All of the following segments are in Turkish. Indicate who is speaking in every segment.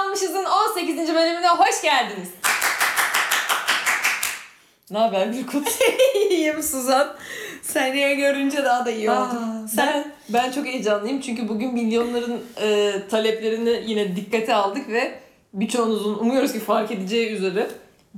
Speaker 1: Almışız'ın 18. bölümüne hoş geldiniz. ne haber Birkut?
Speaker 2: İyiyim Suzan. Seni görünce daha da iyi oldum. Sen
Speaker 1: Sen ben çok heyecanlıyım çünkü bugün milyonların e, taleplerini yine dikkate aldık ve birçoğunuzun umuyoruz ki fark edeceği üzere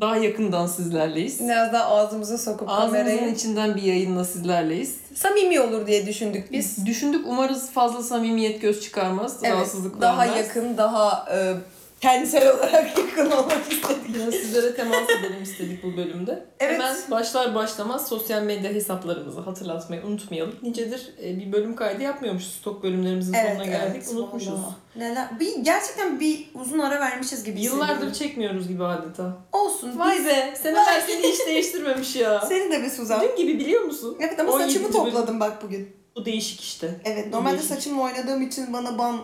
Speaker 1: daha yakından sizlerleyiz.
Speaker 2: biraz daha ağzımıza sokup
Speaker 1: Ağzımızın
Speaker 2: kamerayı.
Speaker 1: içinden bir yayınla sizlerleyiz.
Speaker 2: Samimi olur diye düşündük biz.
Speaker 1: Düşündük umarız fazla samimiyet göz çıkarmaz,
Speaker 2: Evet,
Speaker 1: rahatsızlık
Speaker 2: daha
Speaker 1: vermez.
Speaker 2: yakın, daha e, tensel olarak yakın olmak istedik.
Speaker 1: Biraz sizlere temas edelim istedik bu bölümde.
Speaker 2: Evet.
Speaker 1: Hemen başlar başlamaz sosyal medya hesaplarımızı hatırlatmayı unutmayalım. Nicedir e, bir bölüm kaydı yapmıyormuşuz. Stok bölümlerimizin sonuna geldik. Unutmuşuz.
Speaker 2: vallahi. Neler? Bir, gerçekten bir uzun ara vermişiz gibi
Speaker 1: Yıllardır
Speaker 2: hissediyorum.
Speaker 1: çekmiyoruz gibi adeta.
Speaker 2: Olsun.
Speaker 1: Vay
Speaker 2: biz-
Speaker 1: be! Seneler seni hiç değiştirmemiş ya.
Speaker 2: Senin de bir Suzan.
Speaker 1: Dün gibi biliyor musun?
Speaker 2: Evet ama
Speaker 1: O
Speaker 2: saçımı
Speaker 1: yüzü bir-
Speaker 2: topladım bak bugün.
Speaker 1: Bu değişik işte.
Speaker 2: Evet normalde
Speaker 1: Değişik.
Speaker 2: saçımla oynadığım için bana ban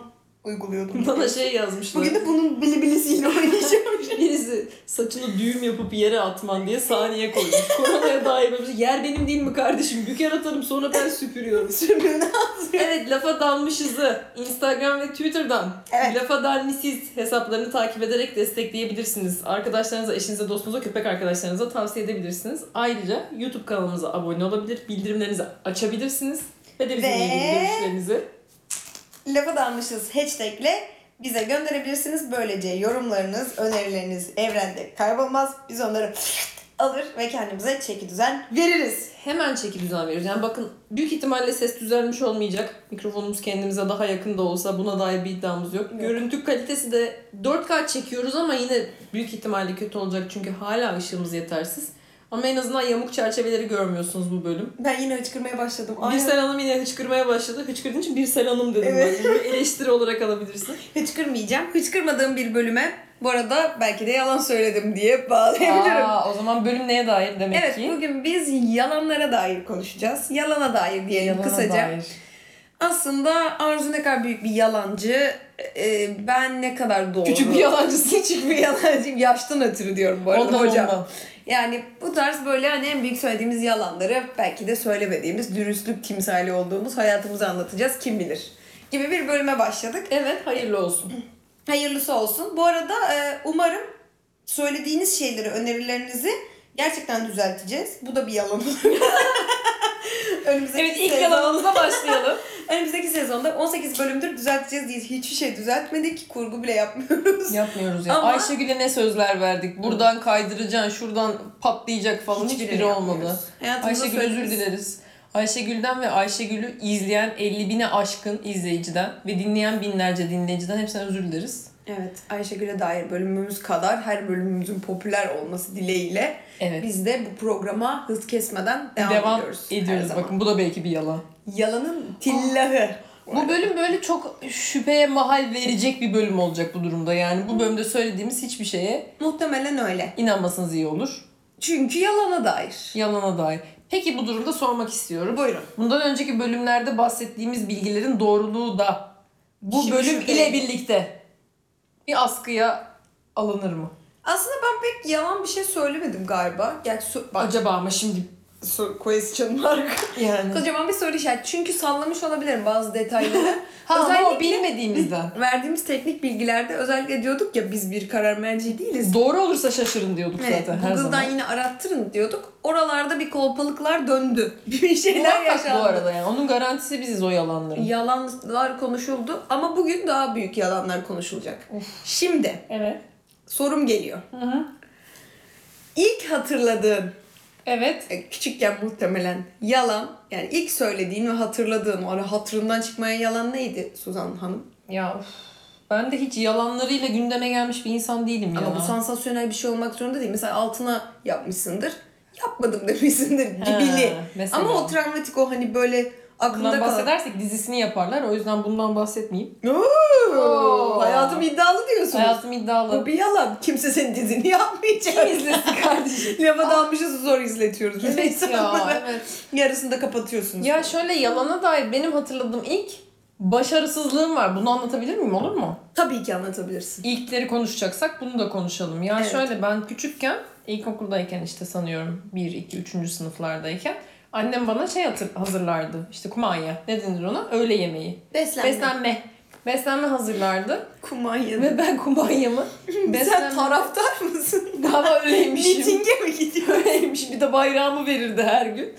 Speaker 2: uyguluyordum.
Speaker 1: Bana şey yazmışlar.
Speaker 2: Bugün de bunun bilibilisiyle oynayacağım.
Speaker 1: Birisi saçını düğüm yapıp yere atman diye sahneye koymuş. Koronaya dair böyle bir şey. Yer benim değil mi kardeşim? Büker atarım sonra ben süpürüyorum.
Speaker 2: Sürümünü
Speaker 1: Evet lafa dalmışızı Instagram ve Twitter'dan
Speaker 2: Evet.
Speaker 1: lafa dalmışız hesaplarını takip ederek destekleyebilirsiniz. Arkadaşlarınıza, eşinize, dostunuza, köpek arkadaşlarınıza tavsiye edebilirsiniz. Ayrıca YouTube kanalımıza abone olabilir, bildirimlerinizi açabilirsiniz ve de bizimle
Speaker 2: Ve-
Speaker 1: ilgili görüşlerinizi.
Speaker 2: Lafa dalmışız hashtagle bize gönderebilirsiniz. Böylece yorumlarınız, önerileriniz evrende kaybolmaz. Biz onları alır ve kendimize çeki düzen veririz.
Speaker 1: Hemen çeki düzen veriyoruz. Yani bakın büyük ihtimalle ses düzelmiş olmayacak. Mikrofonumuz kendimize daha yakın da olsa buna dair bir iddiamız yok.
Speaker 2: Yok.
Speaker 1: Görüntü kalitesi de 4K çekiyoruz ama yine büyük ihtimalle kötü olacak çünkü hala ışığımız yetersiz. Ama en azından yamuk çerçeveleri görmüyorsunuz bu bölüm.
Speaker 2: Ben yine hıçkırmaya başladım. Aynen.
Speaker 1: Birsel Hanım yine hıçkırmaya başladı. Hıçkırdığın için Birsel Hanım dedim
Speaker 2: Evet.
Speaker 1: ben. Bunu Bir eleştiri olarak alabilirsin.
Speaker 2: Hıçkırmayacağım. Hıçkırmadığım bir bölüme bu arada belki de yalan söyledim diye bağlayabilirim.
Speaker 1: o zaman bölüm neye dair demek
Speaker 2: Evet bugün biz yalanlara dair konuşacağız. Yalana dair diyelim kısaca. Aslında Arzu ne kadar büyük bir yalancı, e, ben ne kadar doğru.
Speaker 1: Küçük bir yalancısın.
Speaker 2: Küçük bir yalancıyım. Yaştan ötürü diyorum bu arada
Speaker 1: Ondan
Speaker 2: hocam.
Speaker 1: ondan.
Speaker 2: Yani bu tarz böyle hani en büyük söylediğimiz yalanları belki de söylemediğimiz, dürüstlük timsali olduğumuz hayatımızı anlatacağız kim bilir gibi bir bölüme başladık.
Speaker 1: Evet hayırlı olsun.
Speaker 2: Hayırlısı olsun. Bu arada e, umarım söylediğiniz şeyleri, önerilerinizi gerçekten düzelteceğiz. Bu da bir yalan olur. Önümüzdeki
Speaker 1: evet ilk
Speaker 2: sezon-
Speaker 1: yalanımıza başlayalım.
Speaker 2: Önümüzdeki sezonda 18 bölümdür düzelteceğiz diye hiçbir şey düzeltmedik. Kurgu bile yapmıyoruz.
Speaker 1: Yapmıyoruz ya.
Speaker 2: Ama-
Speaker 1: Ayşegül'e ne sözler verdik? Buradan kaydıracaksın, şuradan patlayacak falan hiçbiri, olmadı.
Speaker 2: yapmıyoruz. Hayatımızda
Speaker 1: Ayşegül özür
Speaker 2: söylediğimiz-
Speaker 1: dileriz. Ayşegül'den ve Ayşegül'ü izleyen 50 bine aşkın izleyiciden ve dinleyen binlerce dinleyiciden hepsinden özür dileriz.
Speaker 2: Evet, Ayşegül'e dair bölümümüz kadar her bölümümüzün popüler olması dileğiyle
Speaker 1: Evet.
Speaker 2: biz de bu programa hız kesmeden devam,
Speaker 1: devam
Speaker 2: ediyoruz.
Speaker 1: ediyoruz.
Speaker 2: her zaman.
Speaker 1: Bakın bu da belki bir yalan.
Speaker 2: Yalanın tillahı.
Speaker 1: Bu bölüm böyle çok şüpheye mahal verecek bir bölüm olacak bu durumda. Yani bu bölümde söylediğimiz hiçbir şeye
Speaker 2: Muhtemelen öyle.
Speaker 1: inanmasanız iyi olur.
Speaker 2: Çünkü yalana dair.
Speaker 1: Yalana dair. Peki bu durumda sormak istiyorum.
Speaker 2: Buyurun.
Speaker 1: Bundan önceki bölümlerde bahsettiğimiz bilgilerin doğruluğu da bu
Speaker 2: Şimdi
Speaker 1: bölüm
Speaker 2: şüphe-
Speaker 1: ile birlikte bir askıya alınır mı?
Speaker 2: Aslında ben pek yalan bir şey söylemedim galiba. Gerçi so- bak,
Speaker 1: Acaba ama şimdi
Speaker 2: so- question mark.
Speaker 1: yani.
Speaker 2: Kocaman bir soru işareti. Çünkü sallamış olabilirim bazı detayları.
Speaker 1: Ha ama o
Speaker 2: Özellikle-
Speaker 1: bilmediğimizden.
Speaker 2: Verdiğimiz teknik bilgilerde özellikle diyorduk ya biz bir karar merci değiliz.
Speaker 1: Doğru olursa şaşırın diyorduk
Speaker 2: Evet,
Speaker 1: zaten her
Speaker 2: Google'dan
Speaker 1: zaman.
Speaker 2: yine arattırın diyorduk. Oralarda bir kolpalıklar döndü. Bir şeyler
Speaker 1: Muhakkak
Speaker 2: yaşandı.
Speaker 1: bu arada yani. Onun garantisi biziz o yalanların.
Speaker 2: Yalanlar konuşuldu ama bugün daha büyük yalanlar konuşulacak. Şimdi
Speaker 1: Evet.
Speaker 2: sorum geliyor.
Speaker 1: Hı-hı.
Speaker 2: İlk hatırladığın,
Speaker 1: Evet.
Speaker 2: e, küçükken muhtemelen yalan, yani ilk söylediğin ve hatırladığın, o ara hatırından çıkmayan yalan neydi Suzan Hanım?
Speaker 1: Ya of. Ben de hiç yalanlarıyla gündeme gelmiş bir insan değilim ya.
Speaker 2: Ama bu sansasyonel bir şey olmak zorunda değil. Mesela altına yapmışsındır, yapmadım demişsindir gibili.
Speaker 1: Ha, mesela.
Speaker 2: Ama o travmatik o hani böyle aklında
Speaker 1: Bundan
Speaker 2: kalan.
Speaker 1: bahsedersek dizisini yaparlar. O yüzden bundan bahsetmeyeyim.
Speaker 2: Oo, hayatım iddialı diyorsunuz.
Speaker 1: Hayatım iddialı.
Speaker 2: Bu bir yalan. Kimse senin dizini yapmayacak.
Speaker 1: izlesin kardeşim?
Speaker 2: Lafa dalmışız zor izletiyoruz. biz
Speaker 1: evet
Speaker 2: insanlara.
Speaker 1: ya evet.
Speaker 2: Yarısını da kapatıyorsunuz.
Speaker 1: Ya şöyle yalana dair benim hatırladığım ilk başarısızlığım var. Bunu anlatabilir miyim olur mu?
Speaker 2: Tabii ki anlatabilirsin.
Speaker 1: İlkleri konuşacaksak bunu da konuşalım. Ya
Speaker 2: Evet.
Speaker 1: şöyle ben küçükken ilkokuldayken işte sanıyorum 1 2 3. sınıflardayken annem bana şey hatır- hazırlardı. İşte kumanya. Ne denir ona? Öğle yemeği.
Speaker 2: Beslenme.
Speaker 1: Beslenme. Beslenme hazırlardı.
Speaker 2: Kumanya'da.
Speaker 1: Ve ben kumbanyamı
Speaker 2: Sen
Speaker 1: beslenme...
Speaker 2: taraftar mısın?
Speaker 1: Galiba öyleymişim.
Speaker 2: Mitinge mi gidiyorsun?
Speaker 1: Öyleymiş. Bir de bayrağımı verirdi her gün.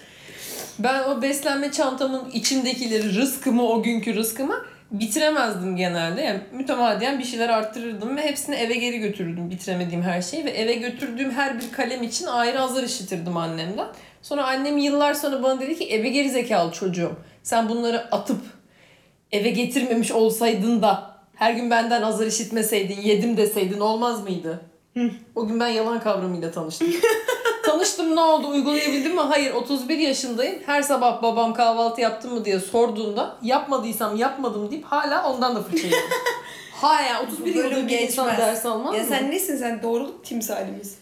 Speaker 1: Ben o beslenme çantamın içindekileri, rızkımı, o günkü rızkımı bitiremezdim genelde. Yani mütemadiyen bir şeyler arttırırdım ve hepsini eve geri götürürdüm bitiremediğim her şeyi. Ve eve götürdüğüm her bir kalem için ayrı azar işitirdim annemden. Sonra annem yıllar sonra bana dedi ki eve geri zekalı çocuğum. Sen bunları atıp eve getirmemiş olsaydın da her gün benden azar işitmeseydin, yedim deseydin olmaz mıydı? O gün ben yalan kavramıyla tanıştım. Tanıştım ne oldu uygulayabildim mi? Hayır 31 yaşındayım. Her sabah babam kahvaltı yaptı mı diye sorduğunda yapmadıysam yapmadım deyip hala ondan da fırça yiyorum. Hala 31
Speaker 2: Bu bölüm
Speaker 1: yılda bir insan
Speaker 2: geçmez.
Speaker 1: ders almaz
Speaker 2: Ya
Speaker 1: mı?
Speaker 2: sen nesin sen doğruluk timsalimiz.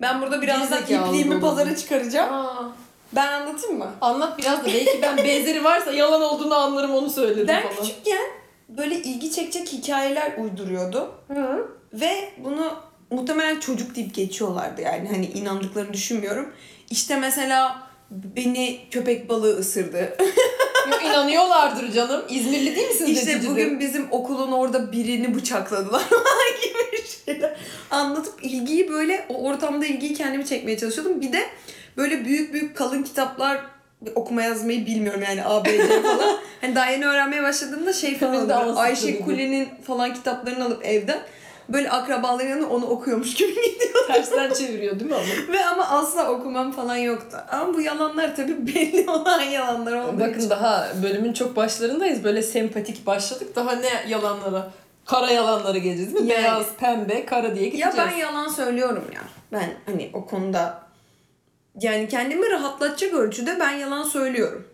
Speaker 2: Ben burada birazdan
Speaker 1: Gerizekalı
Speaker 2: ipliğimi
Speaker 1: doğruluk.
Speaker 2: pazara çıkaracağım.
Speaker 1: Aa,
Speaker 2: Ben anlatayım mı?
Speaker 1: anlat biraz da belki ben benzeri varsa yalan olduğunu anlarım onu söyledim
Speaker 2: Ben
Speaker 1: falan.
Speaker 2: küçükken böyle ilgi çekecek hikayeler uyduruyordum.
Speaker 1: Hı.
Speaker 2: Ve bunu muhtemelen çocuk deyip geçiyorlardı yani hani inandıklarını düşünmüyorum. İşte mesela beni köpek balığı ısırdı.
Speaker 1: Yok, inanıyorlardır canım. İzmirli değil misin
Speaker 2: İşte
Speaker 1: dedicide?
Speaker 2: bugün bizim okulun orada birini bıçakladılar gibi şeyler. Anlatıp ilgiyi böyle o ortamda ilgiyi kendimi çekmeye çalışıyordum. Bir de böyle büyük büyük kalın kitaplar okuma yazmayı bilmiyorum yani ABC falan. hani daha yeni öğrenmeye başladığımda şey falan
Speaker 1: Kadın
Speaker 2: alırım.
Speaker 1: davası
Speaker 2: Ayşe
Speaker 1: tabii bu.
Speaker 2: Kule'nin falan kitaplarını alıp evden böyle akrabaların yanına onu okuyormuş gibi
Speaker 1: tersten çeviriyor değil mi ama?
Speaker 2: Ve ama asla okumam falan yoktu. Ama bu yalanlar tabii belli olan yalanlar oldu.
Speaker 1: Bakın daha bölümün çok başlarındayız. Böyle sempatik başladık. Daha ne yalanlara? Kara yalanlara geleceğiz değil mi?
Speaker 2: Yani.
Speaker 1: Beyaz, pembe, kara diye
Speaker 2: ya
Speaker 1: gideceğiz.
Speaker 2: ben yalan söylüyorum ya. Ben hani o konuda yani kendimi rahatlatacak ölçüde ben yalan söylüyorum.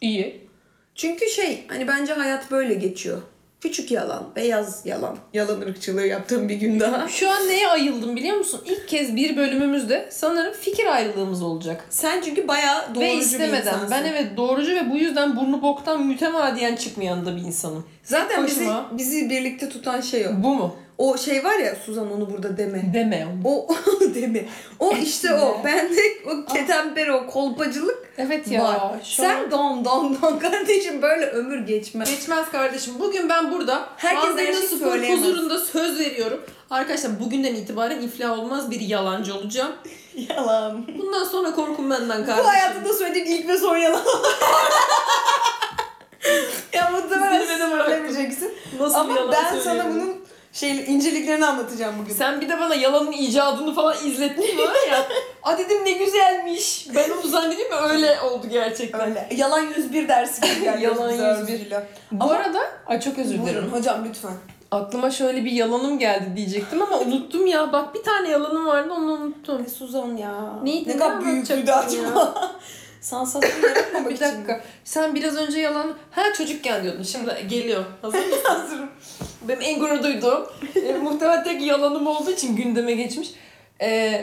Speaker 1: İyi.
Speaker 2: Çünkü şey hani bence hayat böyle geçiyor. Küçük yalan, beyaz yalan. Yalan ırkçılığı yaptığım bir gün daha.
Speaker 1: Şu an neye ayıldım biliyor musun? İlk kez bir bölümümüzde sanırım fikir ayrılığımız olacak.
Speaker 2: Sen çünkü bayağı doğrucu
Speaker 1: ve
Speaker 2: bir
Speaker 1: istemeden.
Speaker 2: insansın.
Speaker 1: Ben evet doğrucu ve bu yüzden burnu boktan mütemadiyen çıkmayan da bir insanım.
Speaker 2: Zaten bizi,
Speaker 1: Hoşuma.
Speaker 2: bizi birlikte tutan şey o.
Speaker 1: Bu mu?
Speaker 2: O şey var ya Suzan onu burada deme.
Speaker 1: Deme.
Speaker 2: O değil mi? O işte o. Ben de o ketemper o kolpacılık
Speaker 1: Evet Ah. ya.
Speaker 2: var.
Speaker 1: şu an-
Speaker 2: Sen don don don kardeşim böyle ömür geçmez.
Speaker 1: Geçmez kardeşim. Bugün ben burada
Speaker 2: Herkes her
Speaker 1: Herkes
Speaker 2: şeyi
Speaker 1: spor
Speaker 2: söyleyemez.
Speaker 1: huzurunda söz veriyorum. Arkadaşlar bugünden itibaren iflah olmaz bir yalancı olacağım.
Speaker 2: Yalan.
Speaker 1: Bundan sonra korkun benden kardeşim.
Speaker 2: Bu hayatımda söylediğin ilk ve son yalan. ya muhtemelen
Speaker 1: Zirvede bıraktım.
Speaker 2: söylemeyeceksin.
Speaker 1: Nasıl bir
Speaker 2: Ama
Speaker 1: yalan
Speaker 2: ben sana
Speaker 1: söyleyebilirim?
Speaker 2: bunun şey inceliklerini anlatacağım bugün.
Speaker 1: Sen bir de bana yalanın icadını falan izlettin bana ya. A dedim ne güzelmiş. Ben onu zannedeyim mi öyle oldu gerçekten.
Speaker 2: Öyle. Yalan 101 dersi gibi geldi.
Speaker 1: Yalan
Speaker 2: Güzel
Speaker 1: 101.
Speaker 2: özgürlüğe.
Speaker 1: Bu
Speaker 2: Ama-
Speaker 1: arada ay çok özür
Speaker 2: Buyurun
Speaker 1: dilerim.
Speaker 2: hocam lütfen.
Speaker 1: Aklıma şöyle bir yalanım geldi diyecektim ama unuttum ya. Bak bir tane yalanım vardı onu unuttum.
Speaker 2: Ay Suzan ya.
Speaker 1: Neydi,
Speaker 2: ne
Speaker 1: ne
Speaker 2: kadar büyüklüğü de
Speaker 1: anlatacaktın
Speaker 2: acaba. Sansasyon yaratmamak
Speaker 1: Bir
Speaker 2: için mi?
Speaker 1: dakika. Sen biraz önce yalan... Ha çocukken diyordun. Şimdi geliyor. Hazır mısın?
Speaker 2: Hazırım.
Speaker 1: Benim en gurur duyduğum, e, muhtemelen tek yalanım olduğu için gündeme geçmiş. E,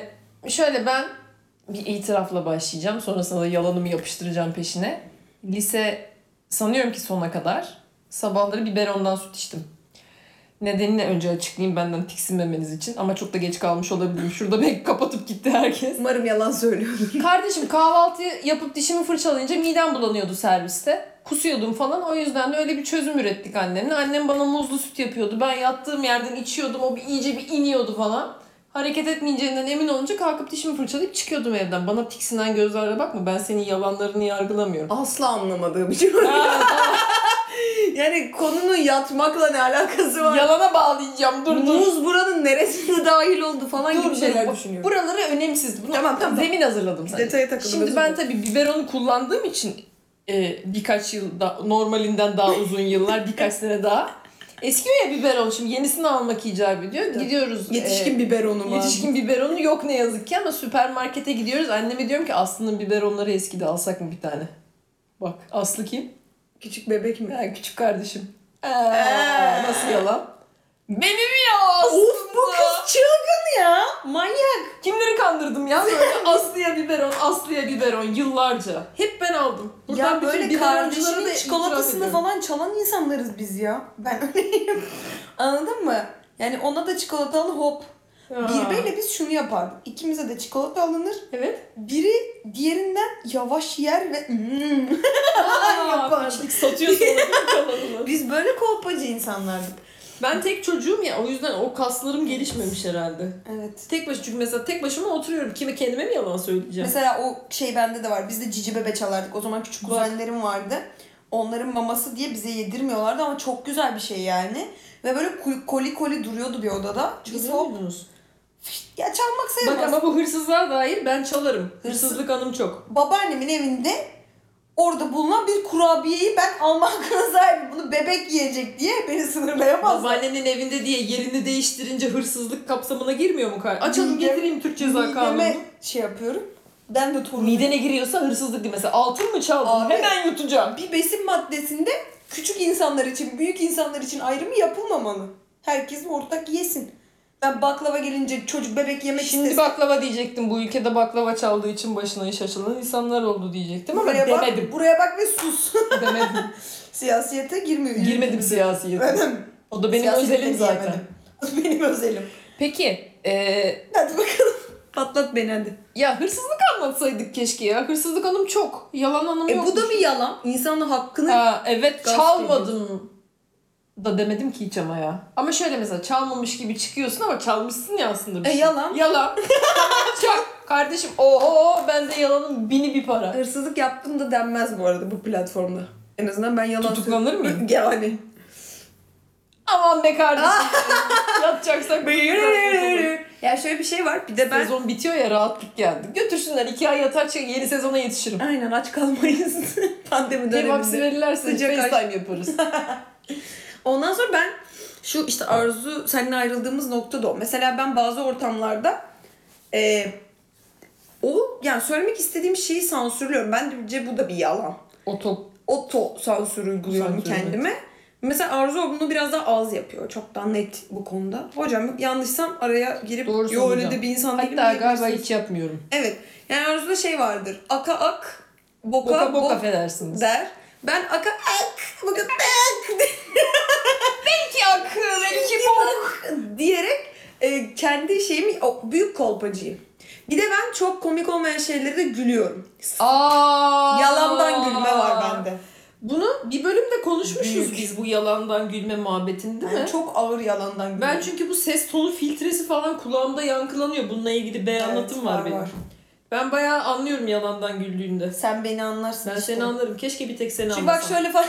Speaker 1: şöyle ben bir itirafla başlayacağım. Sonrasında da yalanımı yapıştıracağım peşine. Lise sanıyorum ki sona kadar sabahları biberondan süt içtim. Nedenini önce açıklayayım benden tiksinmemeniz için. Ama çok da geç kalmış olabilirim. Şurada bek kapatıp gitti herkes.
Speaker 2: Umarım yalan söylüyorum.
Speaker 1: Kardeşim kahvaltı yapıp dişimi fırçalayınca midem bulanıyordu serviste. Kusuyordum falan. O yüzden de öyle bir çözüm ürettik annemle. Annem bana muzlu süt yapıyordu. Ben yattığım yerden içiyordum. O bir iyice bir iniyordu falan. Hareket etmeyeceğinden emin olunca kalkıp dişimi fırçalayıp çıkıyordum evden. Bana tiksinen gözlerle bakma. Ben senin yalanlarını yargılamıyorum.
Speaker 2: Asla anlamadığım için. yani konunun yatmakla ne alakası var?
Speaker 1: Yalana bağlayacağım. Dur dur.
Speaker 2: Muz buranın neresine dahil oldu falan
Speaker 1: Dur,
Speaker 2: gibi
Speaker 1: dur.
Speaker 2: şeyler
Speaker 1: Bu-
Speaker 2: düşünüyorum.
Speaker 1: Buraları önemsiz. Bunu
Speaker 2: Tamam, tamam.
Speaker 1: Zemin hazırladım sana.
Speaker 2: Detaya takıldım.
Speaker 1: Şimdi
Speaker 2: özür
Speaker 1: ben
Speaker 2: dilerim.
Speaker 1: tabii biberonu kullandığım için e, birkaç yıl da normalinden daha uzun yıllar, birkaç sene daha. Eskiyor ya biberon şimdi yenisini almak icap ediyor.
Speaker 2: Tabii.
Speaker 1: Gidiyoruz. e,
Speaker 2: Ee, yetişkin biberonu var.
Speaker 1: yetişkin biberonu yok ne yazık ki ama süpermarkete gidiyoruz. Anneme diyorum ki Aslı'nın biberonları eskidi alsak mı bir tane? Bak Aslı kim?
Speaker 2: küçük bebek mi?
Speaker 1: Ha, küçük kardeşim. Ee,
Speaker 2: Ee.
Speaker 1: nasıl yalan? Benim ya Aslı.
Speaker 2: Of bu kız çılgın ya. Manyak.
Speaker 1: Kimleri kandırdım ya böyle Aslı'ya biberon, Aslı'ya biberon yıllarca. Hep ben aldım. Buradan
Speaker 2: ya
Speaker 1: bütün
Speaker 2: böyle
Speaker 1: biberonculara
Speaker 2: kardeşinin
Speaker 1: da itiraf
Speaker 2: çikolatasını
Speaker 1: ediyorum.
Speaker 2: falan çalan insanlarız biz ya. Ben öyleyim. Anladın mı? Yani ona da çikolatalı hop.
Speaker 1: Aa.
Speaker 2: Birbeyle biz şunu yapardık. İkimize de çikolata alınır.
Speaker 1: Evet.
Speaker 2: Biri diğerinden yavaş yer ve "Mm."
Speaker 1: Aa,
Speaker 2: yapardık.
Speaker 1: piçlik satıyorsun olabilir kalanını.
Speaker 2: Biz böyle kolpacı insanlardık.
Speaker 1: Ben tek çocuğum ya o yüzden o kaslarım gelişmemiş herhalde.
Speaker 2: Evet.
Speaker 1: Tek başı çünkü mesela tek başıma oturuyorum. Kime kendime mi yalan söyleyeceğim?
Speaker 2: Mesela o şey bende de var. Biz de cici bebe çalardık. O zaman küçük
Speaker 1: Bak.
Speaker 2: kuzenlerim vardı. Onların maması diye bize yedirmiyorlardı ama çok güzel bir şey yani. Ve böyle kul- koli koli duruyordu bir odada. Biz
Speaker 1: Çalıyor
Speaker 2: hop
Speaker 1: muydunuz?
Speaker 2: ya çalmak sayılmaz.
Speaker 1: Bak ama bu hırsızlığa dair ben çalarım.
Speaker 2: Hırsız-
Speaker 1: Hırsızlık anım çok.
Speaker 2: babaannemin evinde orada bulunan bir kurabiyeyi ben alma hakkına sahibim. Bunu bebek yiyecek diye beni sınırlayamaz.
Speaker 1: Babaannenin evinde diye yerini değiştirince hırsızlık kapsamına girmiyor mu? kar- Açalım
Speaker 2: Mideme-
Speaker 1: getireyim Türk Ceza Kanunu.
Speaker 2: Mideme şey yapıyorum. Ben de torunum.
Speaker 1: Midene giriyorsa hırsızlık değil. Mesela altın mı çaldın?
Speaker 2: Abi-
Speaker 1: Hemen yutacağım.
Speaker 2: Bir besin maddesinde küçük insanlar için, büyük insanlar için ayrımı yapılmamalı. Herkes ortak yesin. Ben baklava gelince çocuk bebek yemek
Speaker 1: Şimdi
Speaker 2: istesin.
Speaker 1: baklava diyecektim. Bu ülkede baklava çaldığı için başına iş açılan insanlar oldu diyecektim ama
Speaker 2: buraya
Speaker 1: demedim.
Speaker 2: bak, buraya bak ve sus.
Speaker 1: demedim.
Speaker 2: Siyasiyete girmiyor.
Speaker 1: Girmedim siyasiyete. O da benim
Speaker 2: Siyasete
Speaker 1: özelim
Speaker 2: de
Speaker 1: zaten.
Speaker 2: giremedim. benim özelim.
Speaker 1: Peki, e,
Speaker 2: Hadi bakalım. Patlat beni hadi.
Speaker 1: ya hırsızlık anlatsaydık keşke ya. Hırsızlık hanım çok. Yalan hanım
Speaker 2: E
Speaker 1: yok.
Speaker 2: bu da bir yalan. İnsanın hakkını
Speaker 1: Ha, evet
Speaker 2: Gasp
Speaker 1: çalmadım da demedim ki hiç ama ya. Ama şöyle mesela çalmamış gibi çıkıyorsun ama çalmışsın ya aslında bir
Speaker 2: E,
Speaker 1: şey.
Speaker 2: yalan.
Speaker 1: Yalan. Tamam, Çak. Kardeşim oho ben de yalanın bini bir para.
Speaker 2: Hırsızlık yaptım da denmez bu arada bu platformda. En azından ben yalan
Speaker 1: Tutuklanır mıyım?
Speaker 2: söylüyorum. Yani.
Speaker 1: Aman be kardeşim. Yatacaksak
Speaker 2: ya şöyle bir şey var. Bir de ben
Speaker 1: Sezon bitiyor ya rahatlık geldi. Götürsünler iki ay yatar çık yeni sezona yetişirim.
Speaker 2: aynen aç kalmayız pandemi
Speaker 1: Bir hapsi
Speaker 2: döneminde.
Speaker 1: verirlerse
Speaker 2: Sıcak aş-
Speaker 1: FaceTime yaparız.
Speaker 2: Ondan sonra ben şu işte Arzu seninle ayrıldığımız nokta da o. Mesela ben bazı ortamlarda e, o yani söylemek istediğim şeyi sansürlüyorum. Bence bu da bir yalan.
Speaker 1: o top
Speaker 2: oto sansür uyguluyorum
Speaker 1: Sansür,
Speaker 2: kendime. Mesela Arzu bunu biraz daha az yapıyor. Çok daha net bu konuda. Hocam yanlışsam araya girip
Speaker 1: Doğru
Speaker 2: yo öyle
Speaker 1: söyleyeceğim.
Speaker 2: de bir insan değilim.
Speaker 1: Hatta galiba
Speaker 2: diyebilirsiniz.
Speaker 1: hiç yapmıyorum.
Speaker 2: Evet. Yani Arzu'da şey vardır. Aka ak, boka,
Speaker 1: Boka boka
Speaker 2: bok
Speaker 1: affedersiniz.
Speaker 2: der. Ben aka ak, boka ak
Speaker 1: Belki ak, belki bok.
Speaker 2: diyerek e, kendi şeyimi o, büyük kolpacıyım. Bir de ben çok komik olmayan şeylere de gülüyorum.
Speaker 1: Aa.
Speaker 2: Yalandan gülme var bende.
Speaker 1: Bunu bir bölümde konuşmuşuz
Speaker 2: Büyük.
Speaker 1: biz bu yalandan gülme muhabbetini değil
Speaker 2: Yani
Speaker 1: mi?
Speaker 2: çok ağır yalandan gülüyorum.
Speaker 1: Ben çünkü bu ses tonu filtresi falan kulağımda yankılanıyor. Bununla ilgili bir
Speaker 2: Evet,
Speaker 1: anlatım var, benim. Ben bayağı anlıyorum yalandan güldüğünde.
Speaker 2: Sen beni anlarsın
Speaker 1: Ben
Speaker 2: işte.
Speaker 1: seni anlarım. Keşke bir tek seni
Speaker 2: Çünkü
Speaker 1: anlasam.
Speaker 2: bak şöyle falan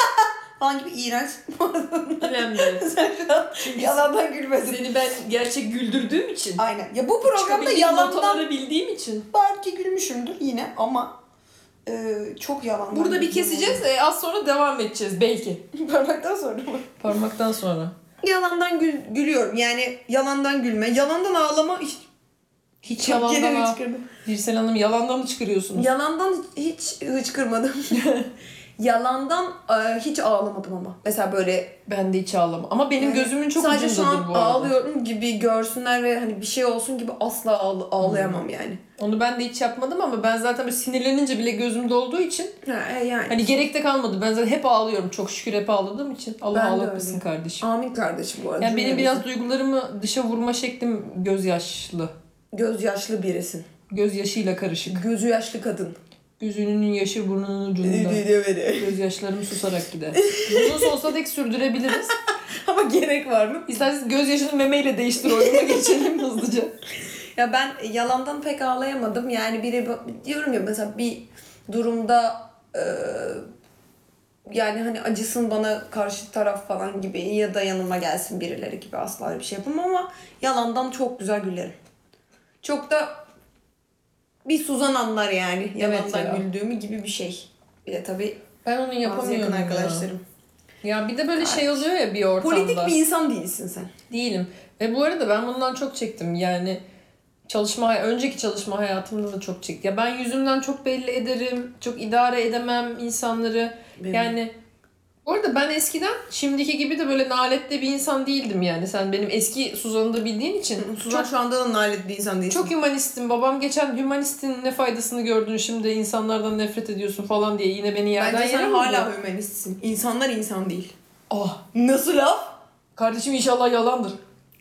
Speaker 2: falan gibi iğrenç.
Speaker 1: Önemli. Çünkü
Speaker 2: Yalandan gülmesin.
Speaker 1: seni ben gerçek güldürdüğüm için.
Speaker 2: Aynen. Ya bu programda
Speaker 1: çıkabildiğim
Speaker 2: yalandan
Speaker 1: notaları bildiğim için.
Speaker 2: belki gülmüşümdür yine ama e, çok yalandan.
Speaker 1: Burada bir
Speaker 2: gülüyorum.
Speaker 1: keseceğiz. e, az sonra devam edeceğiz belki.
Speaker 2: Parmaktan sonra mı?
Speaker 1: Parmaktan sonra.
Speaker 2: Yalandan gül, gülüyorum. Yani yalandan gülme. Yalandan ağlama hiç
Speaker 1: Hiç
Speaker 2: Çok
Speaker 1: yalandan
Speaker 2: gene
Speaker 1: ha.
Speaker 2: hıçkırdım.
Speaker 1: Dirsel Hanım yalandan mı çıkarıyorsunuz?
Speaker 2: Yalandan hiç hıçkırmadım. yalandan e, hiç ağlamadım ama. Mesela böyle
Speaker 1: Ben de hiç ağlamam. Ama benim
Speaker 2: Yani
Speaker 1: gözümün çok
Speaker 2: sadece şu
Speaker 1: ucundadır
Speaker 2: an
Speaker 1: bu arada.
Speaker 2: ağlıyorum gibi görsünler ve hani bir şey olsun gibi asla ağla-
Speaker 1: Hmm.
Speaker 2: ağlayamam yani.
Speaker 1: Onu ben de hiç yapmadım ama ben zaten böyle sinirlenince bile gözümde olduğu için
Speaker 2: Ha, e, yani.
Speaker 1: hani gerek de kalmadı. Ben zaten hep ağlıyorum. Çok şükür hep ağladığım için. Allah
Speaker 2: Ben de
Speaker 1: ağlatmasın
Speaker 2: öyle.
Speaker 1: kardeşim.
Speaker 2: Amin kardeşim bu arada.
Speaker 1: Yani Hani benim
Speaker 2: Cümlemize.
Speaker 1: biraz duygularımı dışa vurma şeklim gözyaşlı.
Speaker 2: gözyaşlı birisin.
Speaker 1: Gözyaşıyla karışık.
Speaker 2: Gözü yaşlı kadın.
Speaker 1: Gözünün yaşı burnunun ucunda. Gözyaşlarım susarak gider. Bunu sonsuza dek sürdürebiliriz.
Speaker 2: Ama gerek var mı?
Speaker 1: İsterseniz gözyaşını memeyle değiştir oyununa geçelim hızlıca.
Speaker 2: Ya ben yalandan pek ağlayamadım. Yani biri diyorum ya mesela bir durumda e, yani hani acısın bana karşı taraf falan gibi ya da yanıma gelsin birileri gibi asla öyle bir şey yapamam ama yalandan çok güzel gülerim. Çok da bir Suzan anlar yani yalandan
Speaker 1: ya.
Speaker 2: güldüğümü gibi bir şey. Bir de tabii
Speaker 1: Ben onu
Speaker 2: bazı yakın
Speaker 1: yapamıyorum ya.
Speaker 2: arkadaşlarım.
Speaker 1: Ya bir de böyle şey oluyor ya bir ortamda.
Speaker 2: Politik bir insan değilsin sen.
Speaker 1: Değilim. Ve bu arada ben bundan çok çektim. Yani çalışma önceki çalışma hayatımda da çok çekti. Ya ben yüzümden çok belli ederim. Çok idare edemem insanları.
Speaker 2: Benim.
Speaker 1: Yani orada ben eskiden şimdiki gibi de böyle naletli bir insan değildim yani. Sen benim eski Suzan'ı da bildiğin için.
Speaker 2: Suzan
Speaker 1: Çok,
Speaker 2: şu anda da nalet bir insan değilsin.
Speaker 1: çok hümanistim. Babam geçen hümanistin ne faydasını gördün şimdi insanlardan nefret ediyorsun falan diye yine beni yerden
Speaker 2: Bence
Speaker 1: yere
Speaker 2: sen
Speaker 1: vurdu.
Speaker 2: hala hümanistsin. İnsanlar insan değil.
Speaker 1: Ah,
Speaker 2: Nasıl laf?
Speaker 1: kardeşim inşallah yalandır.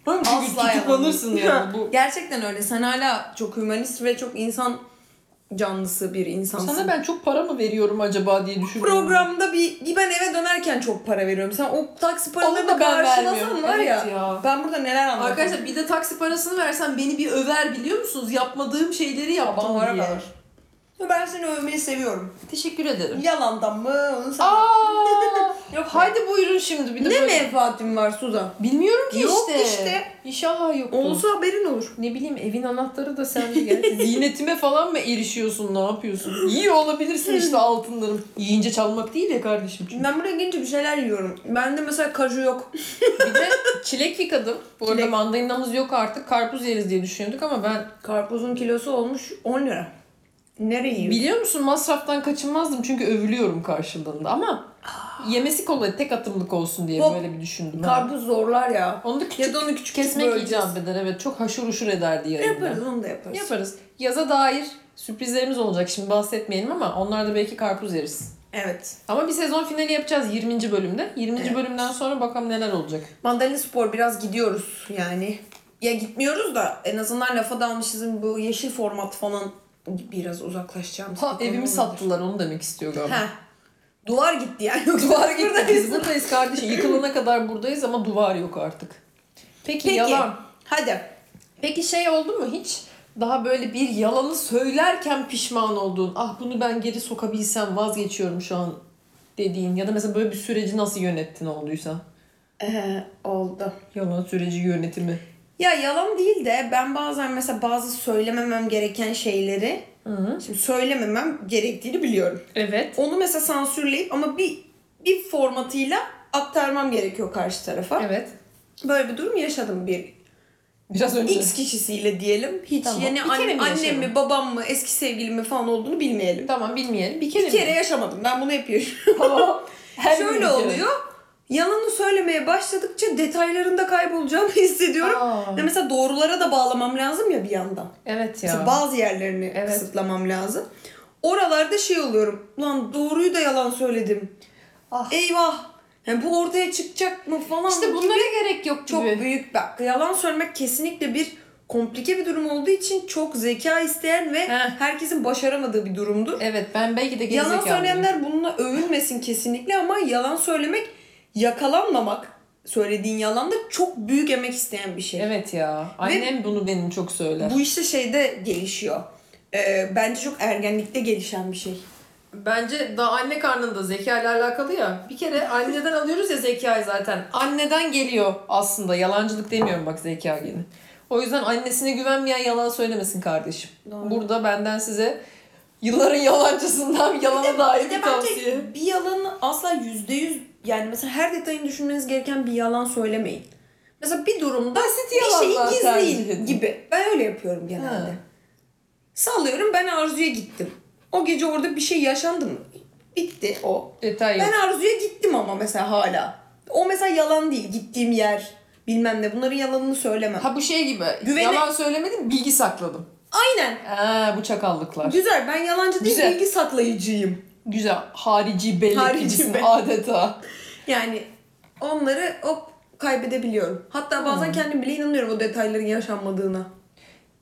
Speaker 3: Çünkü
Speaker 2: Asla
Speaker 3: tutuklanırsın yani bu.
Speaker 2: Gerçekten öyle. Sen hala çok hümanist ve çok insan canlısı bir insansın.
Speaker 1: Sana ben çok para mı veriyorum acaba diye düşünüyorum.
Speaker 2: programda bir ben eve dönerken çok para veriyorum. Sen o taksi
Speaker 1: Onu
Speaker 2: paralarını
Speaker 1: da ben
Speaker 2: karşılasan
Speaker 1: vermiyorum.
Speaker 2: var ya.
Speaker 1: Evet ya.
Speaker 2: Ben burada neler anlatıyorum.
Speaker 1: Arkadaşlar bir de taksi parasını versen beni bir över biliyor musunuz? Yapmadığım şeyleri yaptım
Speaker 2: Bana
Speaker 1: diye.
Speaker 2: kadar. Ben seni övmeyi seviyorum.
Speaker 1: Teşekkür ederim.
Speaker 2: Yalandan mı? Onu sen...
Speaker 1: Aa!
Speaker 2: Yok.
Speaker 1: Haydi buyurun şimdi bir de
Speaker 2: ne
Speaker 1: böyle-
Speaker 2: menfaatin var Suzan?
Speaker 1: Bilmiyorum ki
Speaker 2: Yok
Speaker 1: işte.
Speaker 2: işte.
Speaker 1: İnşallah yoktu.
Speaker 2: Olsa haberin olur.
Speaker 1: Ne bileyim evin anahtarı da sende gelsin. Ziynetime falan mı erişiyorsun ne yapıyorsun? İyi olabilirsin işte altınlarım. Yiyince çalmak değil ya kardeşim. Çünkü.
Speaker 2: Ben buraya gelince bir şeyler yiyorum. Bende mesela kaju yok.
Speaker 1: bir de çilek yıkadım. Bu arada
Speaker 2: Çilek.
Speaker 1: mandalinamız yok artık. Karpuz yeriz diye düşünüyorduk ama ben
Speaker 2: Karpuzun kilosu olmuş 10 lira. Nereye yiyorsun?
Speaker 1: biliyor musun masraftan kaçınmazdım çünkü övülüyorum karşılığında ama yemesi kolay tek atımlık olsun diye
Speaker 2: Hop.
Speaker 1: böyle bir düşündüm. ha.
Speaker 2: Karpuz zorlar ya.
Speaker 1: Onu da küçük
Speaker 2: Ya da onu küçük
Speaker 1: kesmek
Speaker 2: böleceğiz.
Speaker 1: icap eder evet çok haşır uşur eder diye. yarından.
Speaker 2: Yaparız onu da yaparız.
Speaker 1: Yaparız. Yaza dair sürprizlerimiz olacak. Şimdi bahsetmeyelim ama onlar da belki karpuz yeriz.
Speaker 2: Evet.
Speaker 1: Ama bir sezon finali yapacağız 20. bölümde. 20.
Speaker 2: Evet.
Speaker 1: bölümden sonra bakalım neler olacak.
Speaker 2: Mandalina Spor biraz gidiyoruz yani. Ya gitmiyoruz da en azından lafa dalmışızın bu yeşil format falan biraz uzaklaşacağım.
Speaker 1: Ha, evimi sattılar onu demek istiyor galiba.
Speaker 2: He. Duvar gitti yani. Yoksa
Speaker 1: Duvar
Speaker 2: biz
Speaker 1: gitti.
Speaker 2: buradayız.
Speaker 1: Biz buradayız kardeşim. Yıkılana kadar buradayız ama duvar yok artık. Peki,
Speaker 2: Peki.
Speaker 1: yalan.
Speaker 2: Hadi.
Speaker 1: Peki şey oldu mu hiç? Daha böyle bir yalanı söylerken pişman olduğun, ah bunu ben geri sokabilsem vazgeçiyorum şu an dediğin ya da mesela böyle bir süreci nasıl yönettin olduysa?
Speaker 2: Ee, oldu.
Speaker 1: Yalan süreci yönetimi.
Speaker 2: Ya yalan değil de ben bazen mesela bazı söylememem gereken şeyleri şimdi söylememem gerektiğini biliyorum.
Speaker 3: Evet.
Speaker 2: Onu mesela sansürleyip ama bir bir formatıyla aktarmam gerekiyor karşı tarafa.
Speaker 3: Evet.
Speaker 2: Böyle bir durum yaşadım bir
Speaker 1: Biraz önce.
Speaker 2: X kişisiyle diyelim. Hiç
Speaker 1: Tamam.
Speaker 2: yani
Speaker 1: Bir kere
Speaker 2: anne-
Speaker 1: mi
Speaker 2: annem
Speaker 1: yaşadın?
Speaker 2: mi babam mı eski sevgilim mi falan olduğunu bilmeyelim.
Speaker 1: Tamam bilmeyelim. Bir kere,
Speaker 2: Bir kere yaşamadım. Ben bunu yapıyorum.
Speaker 1: Tamam. Her gün bir
Speaker 2: Şöyle
Speaker 1: kere.
Speaker 2: oluyor. Yalanı söylemeye başladıkça detaylarında kaybolacağımı hissediyorum.
Speaker 1: Aa.
Speaker 2: Ve mesela doğrulara da bağlamam lazım ya bir yandan.
Speaker 1: Evet ya.
Speaker 2: Mesela bazı yerlerini
Speaker 1: Evet.
Speaker 2: kısıtlamam lazım. Oralarda şey oluyorum. Lan doğruyu da yalan söyledim.
Speaker 1: Ah.
Speaker 2: Eyvah. Yani bu ortaya çıkacak mı falan.
Speaker 1: işte
Speaker 2: gibi
Speaker 1: bunlara gerek yok
Speaker 2: çok
Speaker 1: gibi.
Speaker 2: büyük bak. Yalan söylemek kesinlikle bir komplike bir durum olduğu için çok zeka isteyen ve
Speaker 1: Heh. E,
Speaker 2: herkesin başaramadığı bir durumdur.
Speaker 1: Evet ben belki de gelecek
Speaker 2: Yalan söyleyenler bununla övünmesin kesinlikle ama yalan söylemek yakalanmamak söylediğin yalanda çok büyük emek isteyen bir şey.
Speaker 1: Evet ya. Annem bunu benim çok söyler.
Speaker 2: Bu işte şeyde gelişiyor. Ee, bence çok ergenlikte gelişen bir şey.
Speaker 1: Bence daha anne karnında zeka ile alakalı ya. Bir kere anneden alıyoruz ya zekayı zaten. Anneden geliyor aslında. Yalancılık demiyorum bak zeka gene. O yüzden annesine güvenmeyen yalan söylemesin kardeşim.
Speaker 2: Doğru.
Speaker 1: Burada benden size yılların yalancısından yalana dair
Speaker 2: Bir de
Speaker 1: bir tavsiye.
Speaker 2: bence bir yalanı asla yüzde yüz yani mesela her detayını düşünmeniz gereken bir yalan söylemeyin. Mesela bir durumda
Speaker 1: yalanlar
Speaker 2: bir şeyi
Speaker 1: tercih edin.
Speaker 2: gizleyin gibi. Ben öyle yapıyorum genelde.
Speaker 1: Ha.
Speaker 2: Sallıyorum ben Arzu'ya gittim. O gece orada bir şey yaşandı mı? Bitti o.
Speaker 1: Detay yok.
Speaker 2: Ben Arzu'ya gittim ama mesela hala. O mesela yalan değil. Gittiğim yer bilmem ne. Bunların yalanını söylemem.
Speaker 1: Ha bu şey gibi.
Speaker 2: Güvene-
Speaker 1: Yalan söylemedim, bilgi sakladım.
Speaker 2: Aynen.
Speaker 1: Ee, bu çakallıklar.
Speaker 2: Güzel. Ben yalancı değil
Speaker 1: Güzel.
Speaker 2: bilgi saklayıcıyım.
Speaker 1: Güzel. Harici bellek
Speaker 2: Harici
Speaker 1: gibisin
Speaker 2: bellek.
Speaker 1: adeta.
Speaker 2: Yani onları hop kaybedebiliyorum.
Speaker 1: Hmm.
Speaker 2: Hatta bazen kendim bile inanıyorum o detayların yaşanmadığına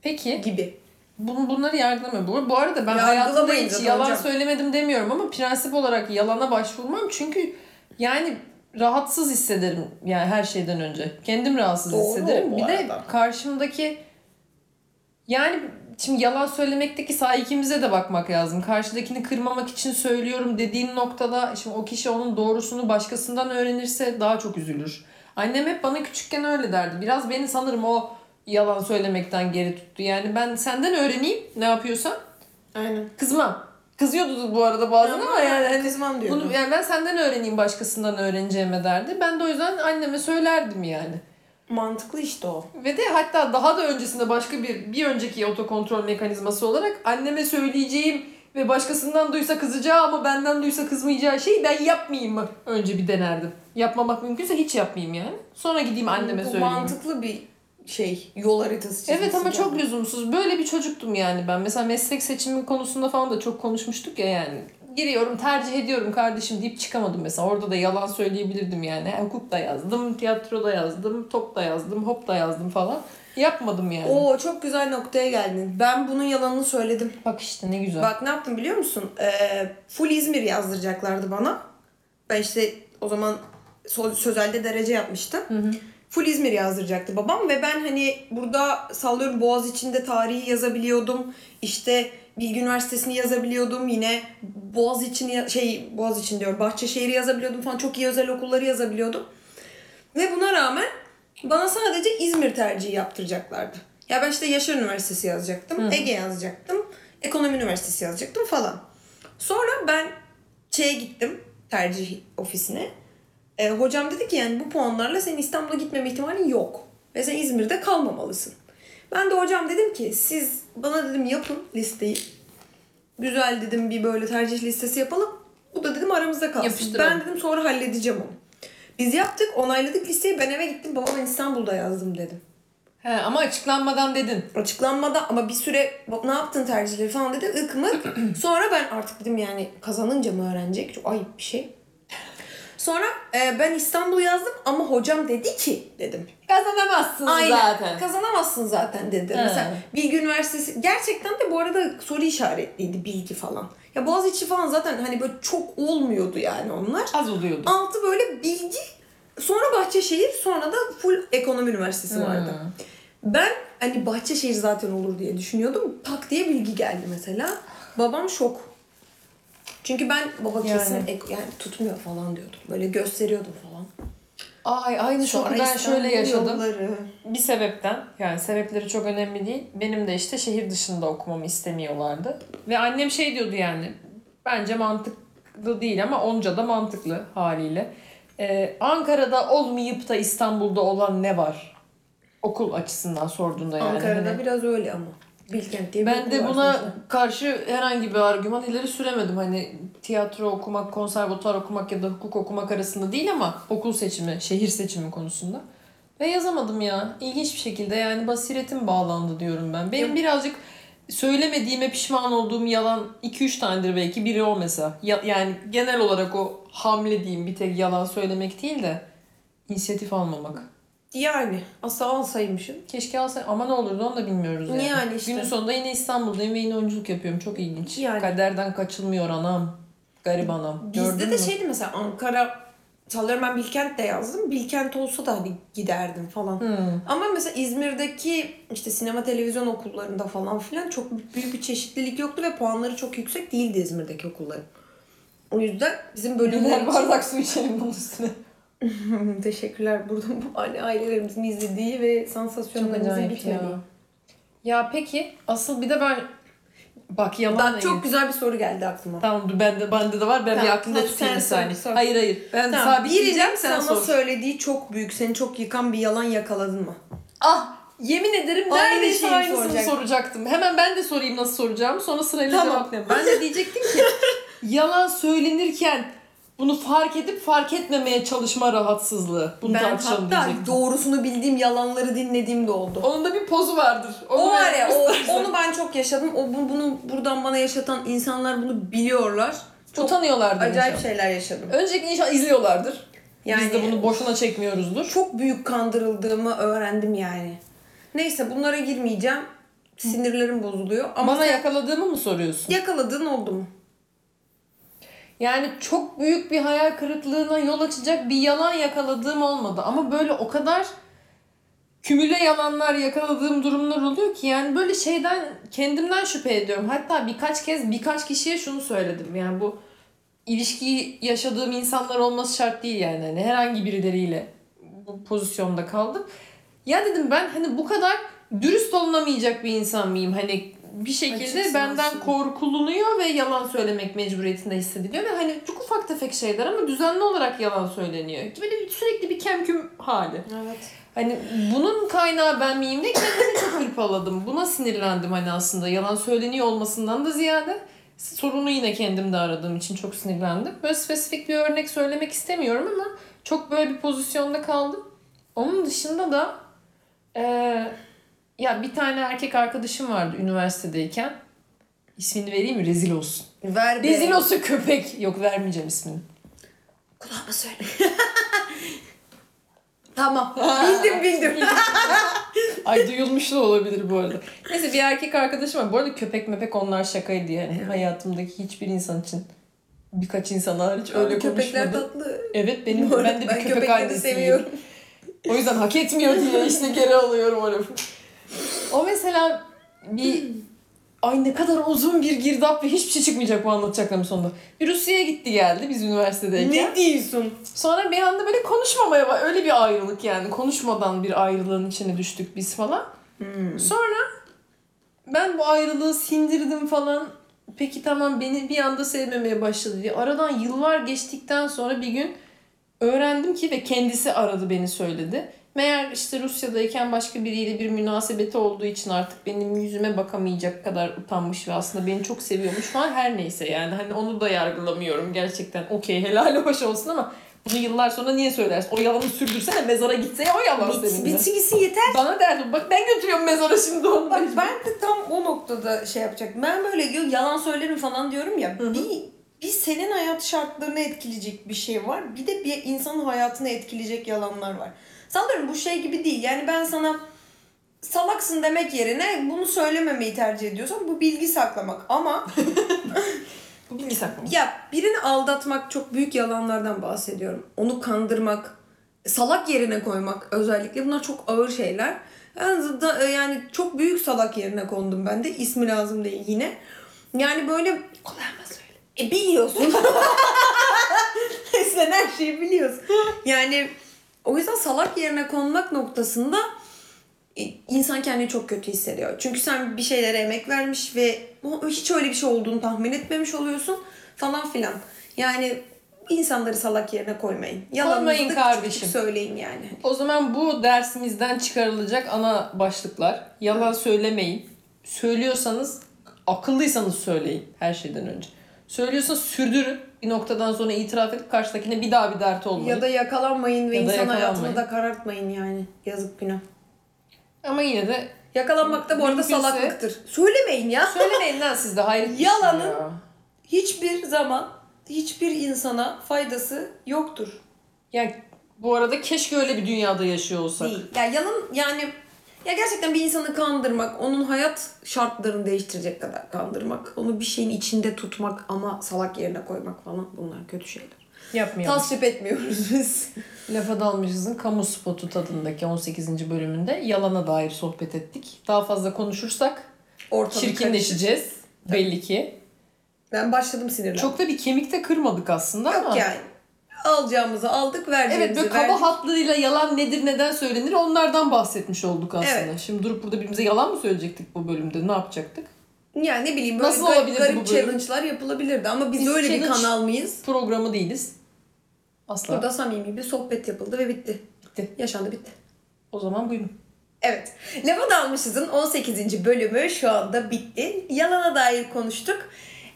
Speaker 1: Peki.
Speaker 2: gibi.
Speaker 1: Bun, bunları yargılamıyor. Bu, bu arada ben
Speaker 2: Yargılamayın
Speaker 1: hayatımda hiç
Speaker 2: canım
Speaker 1: yalan
Speaker 2: hocam.
Speaker 1: söylemedim demiyorum ama prensip olarak yalana başvurmam. Çünkü yani rahatsız hissederim yani her şeyden önce. Kendim rahatsız
Speaker 2: Doğru
Speaker 1: hissederim.
Speaker 2: bu
Speaker 1: Bir de
Speaker 2: arada.
Speaker 1: karşımdaki yani şimdi yalan söylemekteki sahikimize de bakmak lazım. Karşıdakini kırmamak için söylüyorum dediğin noktada şimdi o kişi onun doğrusunu başkasından öğrenirse daha çok üzülür. Annem hep bana küçükken öyle derdi. Biraz beni sanırım o yalan söylemekten geri tuttu. Yani ben senden öğreneyim ne yapıyorsan.
Speaker 2: Aynen.
Speaker 1: Kızmam. Kızıyordu bu arada bazen ama yani hani
Speaker 2: kızmam diyorum.
Speaker 1: bunu yani ben senden öğreneyim başkasından öğreneceğime derdi. Ben de o yüzden anneme söylerdim yani.
Speaker 2: Mantıklı işte o.
Speaker 1: Ve de hatta daha da öncesinde başka bir bir önceki otokontrol mekanizması olarak anneme söyleyeceğim ve başkasından duysa kızacağı ama benden duysa kızmayacağı şeyi ben yapmayayım mı? Önce bir denerdim. Yapmamak mümkünse hiç yapmayayım yani. Sonra gideyim anneme
Speaker 2: Bu
Speaker 1: söyleyeyim.
Speaker 2: mantıklı bir şey. Yol haritası çizgisi.
Speaker 1: Evet ama
Speaker 2: yani.
Speaker 1: çok lüzumsuz. Böyle bir çocuktum yani ben. Mesela meslek seçimi konusunda falan da çok konuşmuştuk ya yani. giriyorum tercih ediyorum kardeşim deyip çıkamadım mesela. Orada da yalan söyleyebilirdim yani. Yani Hukuk da yazdım, tiyatro da yazdım, top da yazdım, hop da yazdım falan. Yapmadım yani.
Speaker 2: Oo çok güzel noktaya geldin. Ben bunun yalanını söyledim.
Speaker 1: Bak işte ne güzel.
Speaker 2: Bak ne yaptım biliyor musun? Ee, full İzmir yazdıracaklardı bana. Ben işte o zaman so- sözelde derece yapmıştım. Full İzmir yazdıracaktı babam ve ben hani burada sallıyorum Boğaz içinde tarihi yazabiliyordum. İşte Bilgi Üniversitesi'ni yazabiliyordum. Yine Boğaz için şey Boğaz için diyorum Bahçeşehir'i yazabiliyordum falan. Çok iyi özel okulları yazabiliyordum. Ve buna rağmen bana sadece İzmir tercihi yaptıracaklardı. Ya ben işte Yaşar Üniversitesi yazacaktım, Ege yazacaktım, Ekonomi Üniversitesi yazacaktım falan. Sonra ben şeye gittim tercih ofisine. E, hocam dedi ki yani bu puanlarla senin İstanbul'a gitmeme ihtimalin yok. Ve sen İzmir'de kalmamalısın. Ben de hocam dedim ki siz bana dedim yapın listeyi. Güzel dedim bir böyle tercih listesi yapalım. Bu da dedim aramızda kalsın.
Speaker 1: Yapıştıralım.
Speaker 2: Ben dedim sonra halledeceğim onu. Biz yaptık onayladık listeyi ben eve gittim baba ben İstanbul'da yazdım dedim.
Speaker 1: He, ama açıklanmadan dedin.
Speaker 2: Açıklanmada ama bir süre "Bak, ne yaptın tercihleri falan dedi ık mık. Sonra ben artık dedim yani kazanınca mı öğrenecek çok ayıp bir şey. Sonra e, ben İstanbul yazdım ama hocam dedi ki dedim.
Speaker 1: Kazanamazsın
Speaker 2: Aynen
Speaker 1: zaten.
Speaker 2: kazanamazsın zaten dedi.
Speaker 1: He.
Speaker 2: Mesela Bilgi Üniversitesi gerçekten de bu arada soru işaretliydi bilgi falan. Ya Boğaziçi falan zaten hani böyle çok olmuyordu yani onlar.
Speaker 1: Az oluyordu.
Speaker 2: Altı böyle bilgi. Sonra Bahçeşehir, sonra da full ekonomi üniversitesi
Speaker 1: Hmm.
Speaker 2: vardı. Ben hani Bahçeşehir zaten olur diye düşünüyordum. Tak diye bilgi geldi mesela. Babam şok. Çünkü ben baba
Speaker 1: Yani.
Speaker 2: kesin ek- yani tutmuyor falan diyordum. Böyle gösteriyordum falan.
Speaker 1: Ay aynı şoku
Speaker 2: Sonra
Speaker 1: ben
Speaker 2: İstanbul
Speaker 1: şöyle yaşadım.
Speaker 2: yolları.
Speaker 1: bir sebepten yani sebepleri çok önemli değil. Benim de işte şehir dışında okumamı istemiyorlardı. Ve annem şey diyordu yani bence mantıklı değil ama onca da mantıklı haliyle. Ee, Ankara'da olmayıp da İstanbul'da olan ne var? Okul açısından sorduğunda yani.
Speaker 2: Ankara'da
Speaker 1: Hani-
Speaker 2: biraz öyle ama. Bilkent diye bir
Speaker 1: ben
Speaker 2: okul
Speaker 1: de
Speaker 2: var
Speaker 1: buna
Speaker 2: sonuçta.
Speaker 1: karşı herhangi bir argüman ileri süremedim. Hani tiyatro okumak, konservatuar okumak ya da hukuk okumak arasında değil ama okul seçimi, şehir seçimi konusunda. Ve yazamadım ya. İlginç bir şekilde yani basiretim bağlandı diyorum ben. Benim birazcık söylemediğime pişman olduğum yalan 2-3 tanedir belki. Biri o mesela. Ya- yani genel olarak o hamle diyeyim bir tek yalan söylemek değil de inisiyatif almamak.
Speaker 2: Yani asla alsaymışım.
Speaker 1: Keşke alsa ama ne olurdu onu da bilmiyoruz yani.
Speaker 2: Yani işte.
Speaker 1: Günün sonunda yine İstanbul'dayım ve yine oyunculuk yapıyorum. Çok ilginç.
Speaker 2: Yani.
Speaker 1: Kaderden kaçılmıyor anam. Garip anam.
Speaker 2: Bizde
Speaker 1: Gördün
Speaker 2: de şey-
Speaker 1: mü?
Speaker 2: şeydi mesela Ankara sallıyorum ben Bilkent'te yazdım. Bilkent olsa da hani giderdim falan.
Speaker 1: Hmm.
Speaker 2: Ama mesela İzmir'deki işte sinema televizyon okullarında falan filan çok büyük bir çeşitlilik yoktu ve puanları çok yüksek değildi İzmir'deki okulların. O yüzden bizim bölümler
Speaker 1: Birer bardak su içelim bunun üstüne.
Speaker 2: Teşekkürler buradan bu aile- ailelerimizin izlediği ve sansasyonlarımızın bitmediği.
Speaker 1: Ya peki asıl bir de ben bak yalan
Speaker 2: Bak çok güzel bir soru geldi aklıma.
Speaker 1: Tamam dur bende, bende de var. Ben
Speaker 2: Tamam,
Speaker 1: bir aklımda
Speaker 2: tamam,
Speaker 1: tutayım
Speaker 2: sen
Speaker 1: bir
Speaker 2: sor,
Speaker 1: saniye.
Speaker 2: sor.
Speaker 1: Hayır hayır. Ben
Speaker 2: Tamam,
Speaker 1: sabitleyeceğim
Speaker 2: birinin
Speaker 1: sen
Speaker 2: sana
Speaker 1: sor.
Speaker 2: söylediği çok büyük, seni çok yıkan bir yalan yakaladın mı?
Speaker 1: Ah yemin ederim
Speaker 2: Aynı
Speaker 1: neredeyse
Speaker 2: şeyi
Speaker 1: aynısını
Speaker 2: soracak.
Speaker 1: soracaktım. Hemen ben de sorayım nasıl soracağım. Sonra sırayla
Speaker 2: Tamam.
Speaker 1: cevap verin. Ben de diyecektim ki yalan söylenirken bunu fark edip fark etmemeye çalışma rahatsızlığı. Bunu
Speaker 2: ben
Speaker 1: tartışalım
Speaker 2: hatta
Speaker 1: diyecektim.
Speaker 2: doğrusunu bildiğim yalanları dinlediğim de oldu.
Speaker 1: Onun da bir pozu vardır. Onu
Speaker 2: O var ya
Speaker 1: verelim
Speaker 2: o,
Speaker 1: istersen.
Speaker 2: onu ben çok yaşadım. O bu- bunu buradan bana yaşatan insanlar bunu biliyorlar. Çok
Speaker 1: utanıyorlardır
Speaker 2: acayip
Speaker 1: inşallah.
Speaker 2: şeyler yaşadım.
Speaker 1: Öncelikle inşallah izliyorlardır.
Speaker 2: Yani
Speaker 1: Biz de bunu boşuna çekmiyoruzdur.
Speaker 2: çok büyük kandırıldığımı öğrendim yani. Neyse bunlara girmeyeceğim. Sinirlerim bozuluyor ama
Speaker 1: Bana
Speaker 2: sen
Speaker 1: yakaladığımı mı soruyorsun?
Speaker 2: yakaladığın oldu mu?
Speaker 1: Yani çok büyük bir hayal kırıklığına yol açacak bir yalan yakaladığım olmadı. Ama böyle o kadar kümüle yalanlar yakaladığım durumlar oluyor ki yani böyle şeyden kendimden şüphe ediyorum. Hatta birkaç kez birkaç kişiye şunu söyledim. Yani bu ilişkiyi yaşadığım insanlar olması şart değil yani. Hani herhangi birileriyle bu pozisyonda kaldım. Ya dedim ben hani bu kadar dürüst olunamayacak bir insan mıyım? Hani bir şekilde
Speaker 2: Açıksın
Speaker 1: benden
Speaker 2: aslında.
Speaker 1: korkulunuyor ve yalan söylemek mecburiyetinde hissediliyor. Ve hani çok ufak tefek şeyler ama düzenli olarak yalan söyleniyor. Böyle bir- sürekli bir kemküm hali.
Speaker 2: Evet.
Speaker 1: Hani bunun kaynağı ben miyim diye kendimi çok hırpaladım. Buna sinirlendim hani aslında yalan söyleniyor olmasından da ziyade. Sorunu yine kendimde aradığım için çok sinirlendim. Böyle spesifik bir örnek söylemek istemiyorum ama çok böyle bir pozisyonda kaldım. Onun dışında da e, eee, ya bir tane erkek arkadaşım vardı üniversitedeyken. İsmini vereyim mi? Rezil olsun.
Speaker 2: Ver be.
Speaker 1: Rezil olsun köpek. Yok vermeyeceğim ismini.
Speaker 2: Kulağıma söyle. tamam. Bildim bildim.
Speaker 1: Ay duyulmuş da olabilir bu arada. Neyse bir erkek arkadaşım var. Bu arada köpek mepek onlar şakaydı yani. Hayatımdaki hiçbir insan için. Birkaç insan hariç öyle
Speaker 2: Öyle köpekler
Speaker 1: konuşmadı.
Speaker 2: tatlı.
Speaker 1: Evet benim
Speaker 2: Bu arada
Speaker 1: ben de bir
Speaker 2: ben
Speaker 1: köpek
Speaker 2: köpekleri
Speaker 1: annesiyim.
Speaker 2: seviyorum.
Speaker 1: O yüzden hak etmiyor diye işte geri alıyorum o lafı. O mesela bir ay ne kadar uzun bir girdap ve hiçbir şey çıkmayacak bu anlatacaklarım sonunda. Bir Rusya'ya gitti geldi biz üniversitedeyken.
Speaker 2: diyorsun?
Speaker 1: Sonra bir anda böyle konuşmamaya bak- öyle bir ayrılık yani konuşmadan bir ayrılığın içine düştük biz falan. Sonra ben bu ayrılığı sindirdim falan. Peki tamam beni bir anda sevmemeye başladı diye. Aradan yıllar geçtikten sonra bir gün öğrendim ki ve kendisi aradı beni söyledi. Meğer işte Rusya'dayken başka biriyle bir münasebeti olduğu için artık benim yüzüme bakamayacak kadar utanmış ve aslında beni çok seviyormuş falan her neyse yani hani onu da yargılamıyorum gerçekten okey helal hoş olsun ama bunu yıllar sonra niye söylersin? O yalanı sürdürsene mezara gitse ya o yalan senin
Speaker 2: Bitsin,
Speaker 1: de.
Speaker 2: bitsin gitsin yeter.
Speaker 1: Bana derdim bak ben götürüyorum mezara şimdi onu.
Speaker 2: Bak ben de tam o noktada şey yapacaktım. Ben böyle diyor, yalan söylerim falan diyorum ya.
Speaker 1: Hı hı.
Speaker 2: Bir, bir senin hayat şartlarını etkileyecek bir şey var. Bir de bir insanın hayatını etkileyecek yalanlar var. Sanırım bu şey gibi değil. Yani ben sana salaksın demek yerine bunu söylememeyi tercih ediyorsan bu bilgi saklamak. Ama
Speaker 1: Bu bilgi saklamış.
Speaker 2: Ya birini aldatmak çok büyük yalanlardan bahsediyorum. Onu kandırmak, salak yerine koymak özellikle bunlar çok ağır şeyler. Yani, da, yani çok büyük salak yerine kondum ben de. İsmi lazım değil yine. Yani böyle kulağıma söyle. E biliyorsun. Sen her şeyi biliyorsun. Yani o yüzden salak yerine konmak noktasında e, insan kendini çok kötü hissediyor. Çünkü sen bir şeylere emek vermiş ve o- hiç öyle bir şey olduğunu tahmin etmemiş oluyorsun falan filan. Yani insanları salak yerine koymayın. Yalanınızı
Speaker 1: Koymayın
Speaker 2: da küçük küçük
Speaker 1: kardeşim.
Speaker 2: söyleyin yani.
Speaker 1: O zaman bu dersimizden çıkarılacak ana başlıklar. Yalan söylemeyin. Söylüyorsanız akıllıysanız söyleyin her şeyden önce. Söylüyorsanız sürdürün. Bir noktadan sonra itiraf edip karşıdakine bir daha bir dert olmayın.
Speaker 2: Ya da yakalanmayın ve
Speaker 1: Ya da
Speaker 2: insan hayatını
Speaker 1: yakalanmayın.
Speaker 2: da karartmayın yani. Yazık günah.
Speaker 1: Ama yine de
Speaker 2: Yakalanmak da bu arada
Speaker 1: Mümkünse-
Speaker 2: salaklıktır. Söylemeyin ya.
Speaker 1: söylemeyin lan siz de hayret. şey
Speaker 2: Yalanın-
Speaker 1: Ya.
Speaker 2: Hiçbir zaman hiçbir insana faydası yoktur.
Speaker 1: Yani bu arada keşke öyle bir dünyada yaşıyor olsak.
Speaker 2: Değil. Ya yalan yani ya gerçekten bir insanı kandırmak, onun hayat şartlarını değiştirecek kadar kandırmak, onu bir şeyin içinde tutmak ama salak yerine koymak falan bunlar kötü şeyler.
Speaker 1: Yapmayalım.
Speaker 2: Tasvip etmiyoruz biz.
Speaker 1: Lafa dalmışızın kamu spotu tadındaki 18. bölümünde yalana dair sohbet ettik. Daha fazla konuşursak
Speaker 2: Ortalık karışık.
Speaker 1: çirkinleşeceğiz belli ki.
Speaker 2: Ben başladım sinirlenmeye.
Speaker 1: Çok da bir kemik de kırmadık aslında
Speaker 2: Yok
Speaker 1: ama.
Speaker 2: yani. Alacağımızı aldık, vereceğimizi
Speaker 1: Evet böyle
Speaker 2: verdik.
Speaker 1: kaba hatlarıyla yalan nedir neden söylenir onlardan bahsetmiş olduk aslında.
Speaker 2: Evet.
Speaker 1: Şimdi durup burada birbirimize yalan mı söyleyecektik bu bölümde ne yapacaktık?
Speaker 2: Yani ne bileyim böyle
Speaker 1: Nasıl
Speaker 2: garip,
Speaker 1: olabilirdi
Speaker 2: garip
Speaker 1: bu bölüm?
Speaker 2: challenge'lar yapılabilirdi ama biz,
Speaker 1: Biz
Speaker 2: öyle bir
Speaker 1: challenge-
Speaker 2: kanal mıyız?
Speaker 1: Programı değiliz. Asla.
Speaker 2: Burada samimi bir sohbet yapıldı ve bitti.
Speaker 1: Bitti.
Speaker 2: Yaşandı bitti.
Speaker 1: O zaman buyurun.
Speaker 2: Evet. Lafa Dalmışız'ın 18. bölümü şu anda bitti. Yalana dair konuştuk.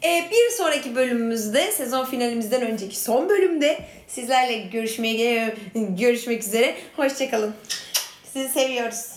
Speaker 2: Ee, bir sonraki bölümümüzde sezon finalimizden önceki son bölümde sizlerle görüşmeye görüşmek üzere. Hoşçakalın. Sizi seviyoruz.